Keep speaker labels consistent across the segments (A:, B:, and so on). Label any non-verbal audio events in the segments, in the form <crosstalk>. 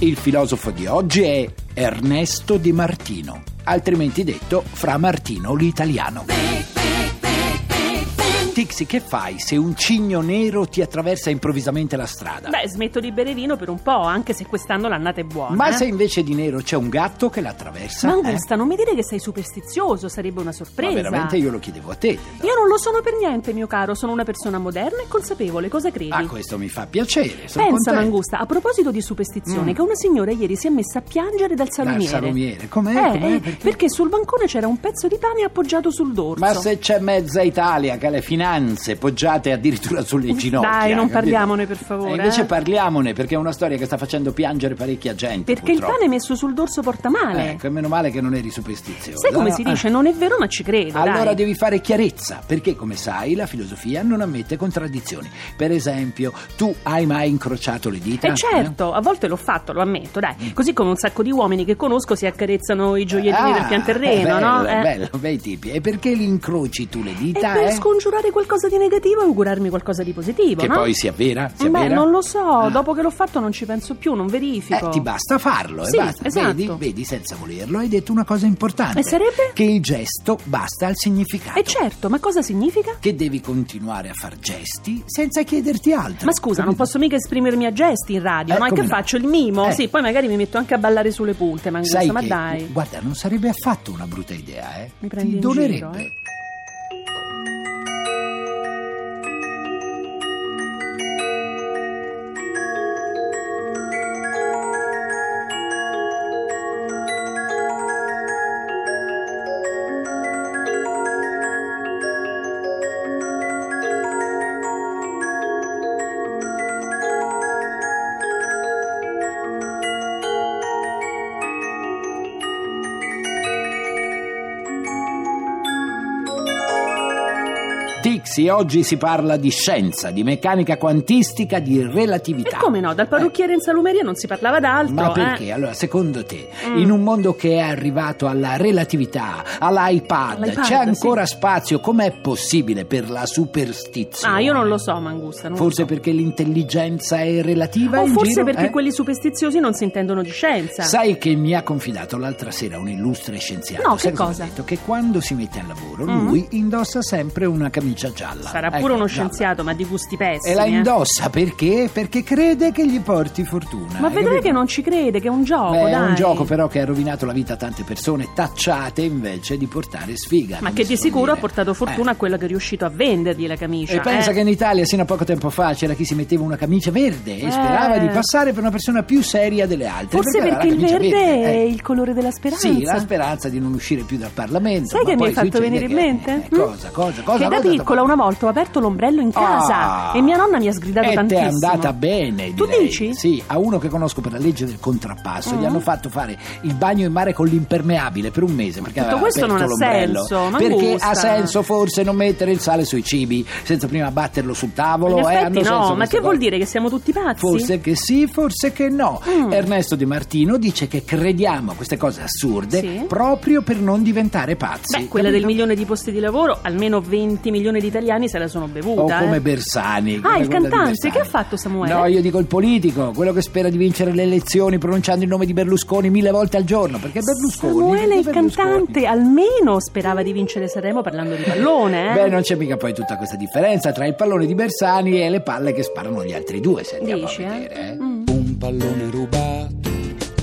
A: Il filosofo di oggi è Ernesto Di Martino, altrimenti detto Fra Martino l'italiano. Tixi, che fai se un cigno nero ti attraversa improvvisamente la strada?
B: Beh, smetto di bere vino per un po', anche se quest'anno l'annata è buona.
A: Ma
B: eh.
A: se invece di nero c'è un gatto che la attraversa?
B: Mangusta, non mi dire che sei superstizioso, sarebbe una
A: eh?
B: sorpresa.
A: Ma veramente io lo chiedevo a te.
B: Io non lo sono per niente, mio caro, sono una persona moderna e consapevole, cosa credi?
A: Ah, questo mi fa piacere.
B: Pensa,
A: Sono contento.
B: Mangusta, a proposito di superstizione,
A: Mm.
B: che una signora ieri si è messa a piangere dal
A: Dal
B: salumiere.
A: salumiere. Com'è?
B: Eh,
A: Com'è?
B: eh, perché? sul bancone c'era un pezzo di pane appoggiato sul dorso.
A: Ma se c'è mezza Italia che ha le finanze poggiate addirittura sulle ginocchia.
B: Dai, non
A: eh, capito?
B: parliamone, per favore,
A: E invece
B: eh.
A: parliamone perché è una storia che sta facendo piangere parecchia gente.
B: Perché il pane messo sul dorso porta male.
A: Ecco, e meno male che non eri superstizioso.
B: Sai come
A: no?
B: si
A: Ah.
B: dice? Non è vero, ma ci credo.
A: Allora
B: dai.
A: devi fare chiarezza, perché come sai la filosofia non ammette contraddizioni. Per esempio, tu hai mai incrociato le dita?
B: Eh certo, a volte l'ho fatto, lo ammetto, dai. Così come un sacco di uomini che conosco si accarezzano i gioiellini
A: Mm. Ah,
B: del pianterreno,
A: è bello,
B: no?
A: è
B: Eh.
A: bello, bei tipi. E perché li incroci tu le
B: E
A: dita?
B: per
A: eh?
B: scongiurare qualcosa di negativo e augurarmi qualcosa di positivo,
A: Che
B: no?
A: poi sia vera? Sia
B: Beh,
A: vera?
B: non lo so,
A: Ah.
B: dopo che l'ho fatto non ci penso più, non verifico.
A: Eh, ti basta farlo, e
B: Sì,
A: basta.
B: esatto.
A: Vedi, vedi, senza volerlo, hai detto una cosa importante.
B: E sarebbe?
A: Che il gesto basta al significato.
B: Eh certo, ma cosa significa?
A: Che devi continuare a far gesti senza chiederti altro.
B: Ma scusa, non
A: Capito?
B: posso mica esprimermi a gesti in radio,
A: Eh,
B: no? E
A: come
B: che
A: no?
B: faccio? Il mimo?
A: Eh.
B: Sì, poi magari mi metto anche a ballare sulle punte, Mangusta,
A: Sai
B: ma
A: che,
B: dai.
A: guarda, non sarebbe affatto una brutta idea, eh?
B: Mi prendi
A: Ti
B: in
A: dolerebbe.
B: giro, eh?
A: Tixi, oggi si parla di scienza, di meccanica quantistica, di
B: E
A: relatività.
B: come no? Dal parrucchiere in salumeria non si parlava d'altro,
A: Ma
B: eh.
A: perché? Allora, secondo te,
B: Mm.
A: in un mondo che è arrivato alla relatività, all'iPad,
B: L'iPad,
A: c'è ancora spazio? Com'è possibile per la superstizione?
B: Ah, io non lo so, Mangusta. Non
A: Forse
B: lo so.
A: perché l'intelligenza è relativa?
B: O
A: in
B: forse
A: giro,
B: perché
A: eh?
B: quelli superstiziosi non si intendono di scienza.
A: Sai che mi ha confidato l'altra sera un illustre scienziato.
B: No, che
A: sai mi ha
B: cosa?
A: detto? Che quando si mette al lavoro
B: Mm.
A: lui indossa sempre una camicia gialla.
B: Sarà
A: Ecco,
B: pure uno
A: gialla.
B: scienziato, ma di gusti pessimi.
A: E la
B: eh.
A: indossa perché? Perché crede che gli porti fortuna.
B: Ma
A: hai
B: vedrai
A: capito?
B: che non ci crede, che è un gioco,
A: Beh,
B: dai.
A: è un gioco però che ha rovinato la vita a tante persone tacciate invece di portare sfiga.
B: Ma
A: come
B: che
A: si
B: di
A: suol
B: sicuro ha
A: dire.
B: portato fortuna
A: Eh.
B: a quella che è riuscito a vendergli la camicia.
A: E pensa
B: eh.
A: che in Italia, sino a poco tempo fa, c'era chi si metteva una camicia verde e
B: Eh.
A: sperava di passare per una persona più seria delle altre.
B: Forse
A: aveva la
B: perché il
A: camicia
B: verde
A: verde,
B: è
A: eh.
B: il colore della speranza.
A: Sì, la speranza di non uscire più dal Parlamento.
B: Sai
A: ma
B: che mi
A: poi
B: hai fatto
A: succede
B: venire in
A: che-
B: mente?
A: eh,
B: Mm?
A: cosa, cosa, cosa?
B: Che da
A: cosa ti ha
B: piccola una volta ho aperto l'ombrello in casa
A: Ah.
B: e mia nonna mi ha sgridato
A: e ti è
B: tantissimo.
A: andata bene.
B: Tu
A: direi.
B: dici?
A: Sì, a uno che conosco per la legge del contrappasso
B: Mm.
A: gli hanno fatto fare il bagno in mare con l'impermeabile per un mese. Perché
B: Tutto
A: aveva
B: questo
A: aperto
B: non ha
A: l'ombrello.
B: senso, ma
A: Perché ha
B: gusta.
A: senso forse non mettere il sale sui cibi senza prima batterlo sul tavolo?
B: In
A: eh,
B: effetti
A: hanno senso
B: no, ma
A: queste
B: che vuol
A: cose.
B: dire che siamo tutti pazzi?
A: Forse che sì, forse che no.
B: Mm.
A: Ernesto De Martino dice che crediamo a queste cose assurde
B: Sì.
A: proprio per non diventare pazzi.
B: Beh, quella del
A: capito?
B: milione di posti di lavoro, almeno 20 milioni di italiani se la sono
A: O
B: bevuta.
A: come
B: eh.
A: Bersani.
B: Ah, il
A: come quella di
B: cantante,
A: Bersani.
B: che ha fatto Samuele?
A: No, io dico il politico, quello che spera di vincere le elezioni pronunciando il nome di Berlusconi mille volte al giorno, perché Berlusconi...
B: Samuele,
A: perché
B: il
A: Berlusconi?
B: cantante, almeno sperava di vincere Sanremo parlando di pallone. Eh?
A: Beh, non c'è mica poi tutta questa differenza tra il pallone di Bersani e le palle che sparano gli altri due, se andiamo
B: Dici,
A: a
B: eh?
A: vedere. eh.
B: Mm.
C: Un pallone rubato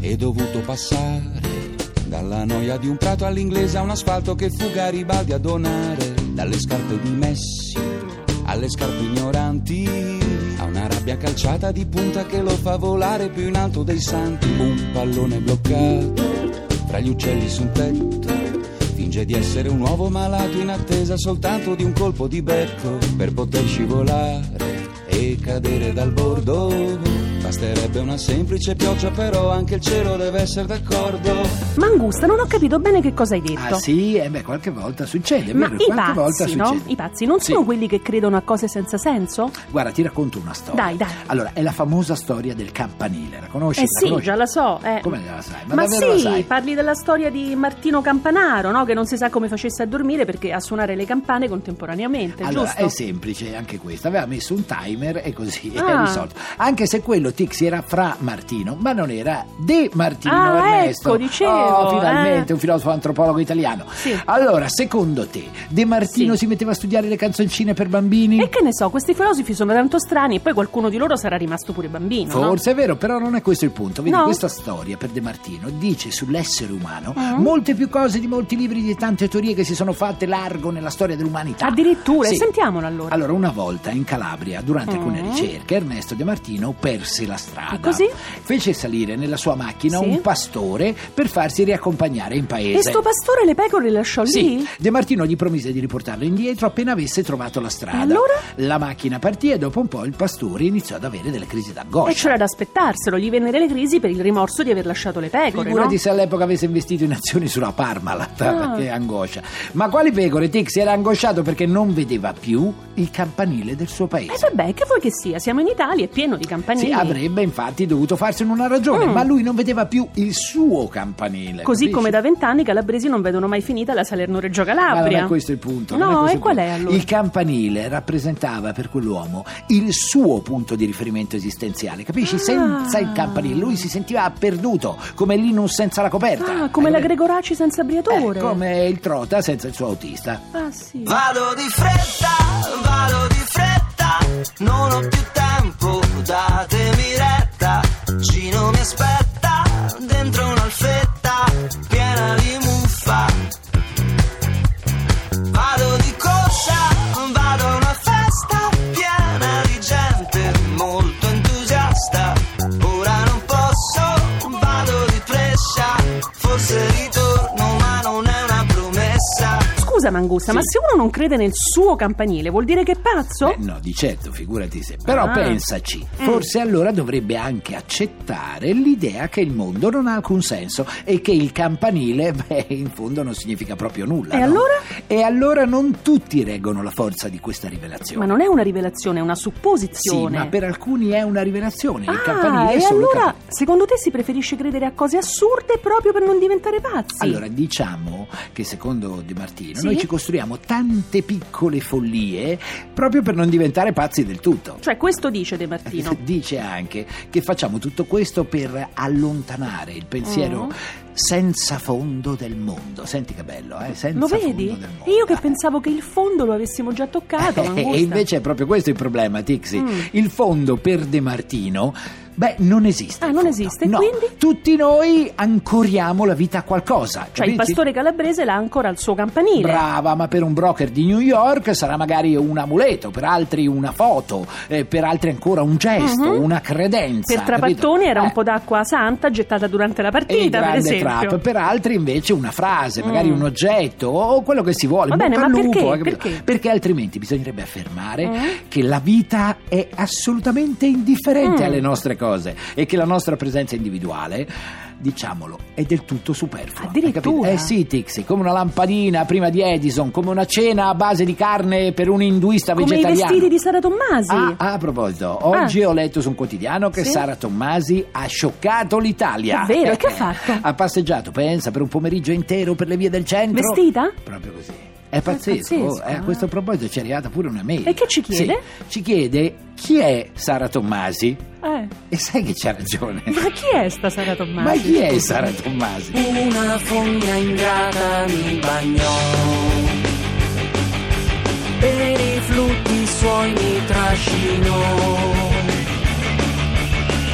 C: e dovuto passare dalla noia di un prato all'inglese a un asfalto che fu Garibaldi a donare dalle scarpe di Messi alle scarpe ignoranti a una rabbia calciata di punta che lo fa volare più in alto dei santi un pallone bloccato fra gli uccelli su un tetto Finge di essere un uovo malato in attesa soltanto di un colpo di becco per poter scivolare e cadere dal bordo. Basterebbe una semplice pioggia, però anche il cielo deve essere d'accordo.
B: Mangusta, non ho capito bene che cosa hai detto.
A: Ah sì, eh beh, qualche volta succede, è
B: Ma
A: vero,
B: i
A: qualche volta
B: pazzi, no?
A: succede.
B: I pazzi non
A: Sì.
B: sono quelli che credono a cose senza senso?
A: Guarda, ti racconto una storia.
B: Dai, dai.
A: Allora, è la famosa storia del campanile, la conosci?
B: eh
A: La
B: sì,
A: conosci?
B: già la so. eh.
A: Come già la sai? Ma
B: Ma
A: davvero la
B: sì,
A: sai?
B: parli della storia di Martino Campanaro, no? Che non si sa come facesse a dormire perché a suonare le campane contemporaneamente,
A: Allora, eh
B: giusto?
A: è semplice anche questo. Aveva messo un timer e così <laughs>
B: Ah.
A: è risolto. Anche se quello Tix era fra Martino, ma non era De Martino
B: Ah,
A: Ernesto.
B: ecco, dicevo,
A: Oh, finalmente
B: eh.
A: un filosofo antropologo italiano.
B: Sì.
A: Allora, secondo te, De Martino
B: Sì.
A: si metteva a studiare le canzoncine per bambini?
B: E che ne so, questi filosofi sono tanto strani e poi qualcuno di loro sarà rimasto pure bambino, no?
A: Forse è vero, però non è questo il punto. Vedi,
B: No.
A: questa storia per De Martino dice sull'essere umano
B: Mm.
A: molte più cose di molti libri di tante teorie che si sono fatte largo nella storia dell'umanità.
B: Addirittura,
A: Sì.
B: sentiamolo allora.
A: Allora, una volta in Calabria, durante alcune
B: Mm.
A: ricerche, Ernesto De Martino perse la strada.
B: E così?
A: Fece salire nella sua macchina
B: Sì.
A: un pastore per farsi riaccompagnare in
B: E
A: paese.
B: sto pastore le pecore le lasciò
A: Sì,
B: lì?
A: De Martino gli promise di riportarlo indietro appena avesse trovato la strada.
B: E allora?
A: La macchina partì e dopo un po' il pastore iniziò ad avere delle crisi d'angoscia.
B: E c'era da aspettarselo, gli vennero le crisi per il rimorso di aver lasciato le pecore, no?
A: Figurati se all'epoca avesse investito in azioni sulla Parmalat,
B: Ah.
A: perché angoscia. Ma quali pecore? Tix era angosciato perché non vedeva più il campanile del suo
B: E
A: paese.
B: vabbè, che vuoi che sia, siamo in Italia, è pieno di campanili.
A: Sì, avrebbe infatti dovuto farsene una ragione,
B: Mm.
A: ma lui non vedeva più il suo
B: Così
A: campanile. Eh, capisci?
B: come da vent'anni i calabresi non vedono mai finita la Salerno-Reggio
A: Ma non
B: Calabria.
A: è questo il punto. non
B: No,
A: questo
B: e
A: il
B: qual
A: punto.
B: è allora?
A: Il campanile rappresentava per quell'uomo il suo punto di riferimento esistenziale, capisci?
B: Ah.
A: Senza il campanile lui si sentiva perduto, come Linus senza la coperta.
B: Ah, come
A: Hai
B: la
A: capito?
B: Gregoraci senza briatore.
A: Eh, come il trota senza il suo autista.
B: Ah, sì.
D: Vado di fretta, vado di fretta, non ho più tempo, datemi retta. Gino mi aspetta, dentro un'alfetta piena di muffa. Vado di corsa, vado a una festa piena di gente molto entusiasta. Ora non posso, vado di prescia, forse ritorno ma non è una promessa.
B: Scusa, Mangusta, ma se uno non crede nel suo campanile, vuol dire che è pazzo?
A: Beh, no, di certo, figurati se. Però
B: Ah.
A: pensaci, forse allora dovrebbe anche accettare l'idea che il mondo non ha alcun senso e che il campanile, <laughs> beh, in fondo non significa proprio nulla.
B: E
A: no?
B: allora?
A: E allora non tutti reggono la forza di questa rivelazione.
B: Ma non è una rivelazione, è una
A: Sì,
B: supposizione.
A: ma per alcuni è una rivelazione. il
B: Ah,
A: campanile è
B: e
A: solo
B: allora,
A: campanile.
B: secondo te si preferisce credere a cose assurde proprio per non diventare pazzi?
A: Allora, diciamo che secondo De Martino
B: Sì?
A: noi ci costruiamo tante piccole follie proprio per non diventare pazzi del tutto.
B: Cioè, questo dice De
A: <laughs>
B: Martino.
A: Dice anche che facciamo tutto questo per allontanare il pensiero
B: Mm.
A: senza fondo del mondo. Senti che bello, eh? Senza
B: Lo
A: fondo
B: vedi?
A: del mondo.
B: E io che
A: <laughs> Eh.
B: pensavo che il fondo lo avessimo già toccato, Mangusta.
A: <laughs> E invece è proprio questo il problema, Tixi.
B: Mm.
A: Il fondo per De Martino. Beh, non esiste.
B: Ah,
A: il
B: non
A: fondo.
B: esiste,
A: No,
B: quindi?
A: Tutti noi ancoriamo la vita a qualcosa.
B: Cioè, il
A: capisci?
B: pastore calabrese l'ha ancora al suo campanile.
A: Brava, ma per un broker di New York sarà magari un amuleto, per altri una foto, eh, per altri ancora un gesto,
B: Mhm.
A: una credenza.
B: per Trapattone
A: capito?
B: era un
A: Eh,
B: po' d'acqua santa gettata durante la
A: E il
B: partita, per
A: grande
B: esempio.
A: trap, per altri invece una frase, magari
B: Mm.
A: un oggetto o quello che si vuole.
B: Va bene,
A: bocca al
B: ma
A: lupo,
B: perché?
A: eh, capito?
B: Perché?
A: altrimenti bisognerebbe affermare
B: Eh?
A: che la vita è assolutamente indifferente
B: Mm.
A: alle nostre cose e che la nostra presenza individuale, diciamolo, è del tutto superflua. Hai capito?
B: Addirittura?
A: Eh sì, Tixi, come una lampadina prima di Edison, come una cena a base di carne per un induista
B: Come i
A: vegetariano.
B: vestiti di Sara Tommasi.
A: Ah, a proposito, oggi ho letto su un quotidiano che
B: Ah. Sì?
A: Sara Tommasi ha scioccato l'Italia.
B: È vero, e
A: <laughs>
B: che ha fatto?
A: Ha passeggiato, pensa, per un pomeriggio intero per le vie del centro.
B: Vestita?
A: Proprio così. È pazzesco.
B: pazzesco,
A: eh, a
B: eh.
A: questo proposito ci è arrivata pure una mail.
B: E che ci chiede?
A: Sì, ci chiede chi è Sara Tommasi.
B: Eh,
A: E sai che c'ha
B: <laughs>
A: ragione.
B: ma chi è sta Sara Tommasi?
A: Ma chi è Sara Tommasi?
D: Una fogna ingrata mi bagnò e nei flutti suoi mi trascinò.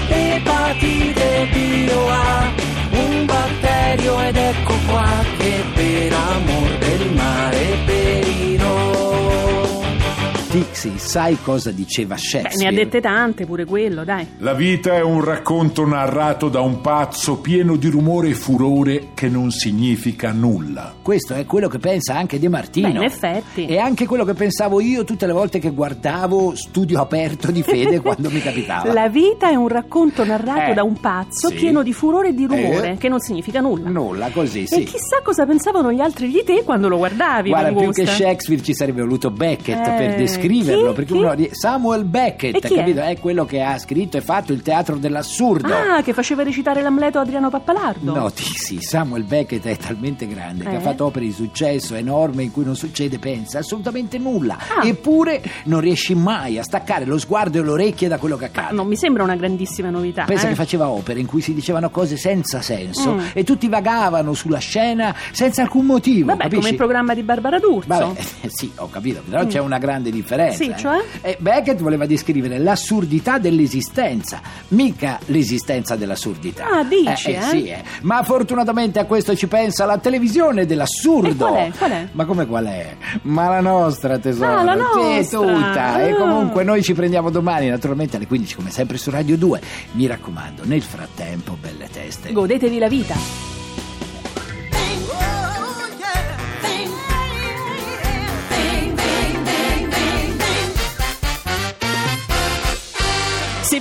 D: Epatite B o A, un batterio ed ecco qua che per amor del mare perirò.
A: Tixi, sai cosa diceva
B: Beh, ne
A: Shakespeare?
B: ha dette tante pure quello, dai.
E: La vita è un racconto narrato da un pazzo pieno di rumore e furore che non significa nulla.
A: Questo è quello che pensa anche De Martino.
B: Beh, in effetti.
A: E anche quello che pensavo io tutte le volte che guardavo Studio Aperto
B: <laughs>
A: di Fede quando mi capitava.
B: La vita è un racconto narrato
A: Eh,
B: da un pazzo
A: sì.
B: pieno di furore e di rumore,
A: Eh.
B: che non significa nulla.
A: Nulla, così sì.
B: E chissà cosa pensavano gli altri di te quando lo guardavi,
A: Guarda, più
B: Mangusta.
A: che Shakespeare ci sarebbe voluto Beckett
B: Eh,
A: per descriverlo,
B: chi?
A: perché
B: Chi?
A: uno di- Samuel
B: E
A: Beckett,
B: chi è?
A: capito? È quello che ha scritto e fatto il teatro dell'assurdo.
B: Ah, che faceva recitare l'Amleto a Adriano Pappalardo.
A: No, ti- sì, Samuel Beckett è talmente grande che
B: Eh?
A: ha fatto opere di successo enorme in cui non succede, pensa, assolutamente nulla.
B: Ah.
A: Eppure non riesci mai a staccare lo sguardo e le orecchie da quello che accade.
B: Ah, Non mi sembra una grandissima novità.
A: Pensa
B: eh.
A: che faceva opere in cui si dicevano cose senza senso
B: Mm.
A: e tutti vagavano sulla scena senza alcun motivo.
B: Vabbè,
A: capisci?
B: come il programma di Barbara D'Urso.
A: Vabbè, <laughs> sì, ho capito, però c'è una grande
B: Mm.
A: differenza.
B: Sì,
A: eh.
B: cioè?
A: Eh, Beckett voleva descrivere l'assurdità dell'esistenza, mica l'esistenza dell'assurdità.
B: Ah, dici, eh?
A: sì, Ma fortunatamente a questo ci pensa la televisione dell'assurdo.
B: E qual è? Qual è?
A: Ma come qual è? Ma la nostra, tesoro.
B: Ah, la
A: Sì,
B: nostra.
A: tutta. E
B: Ah.
A: comunque noi ci prendiamo domani, naturalmente alle 15 come sempre su Radio 2. Mi raccomando, nel frattempo, belle teste.
B: Godetevi la vita. Se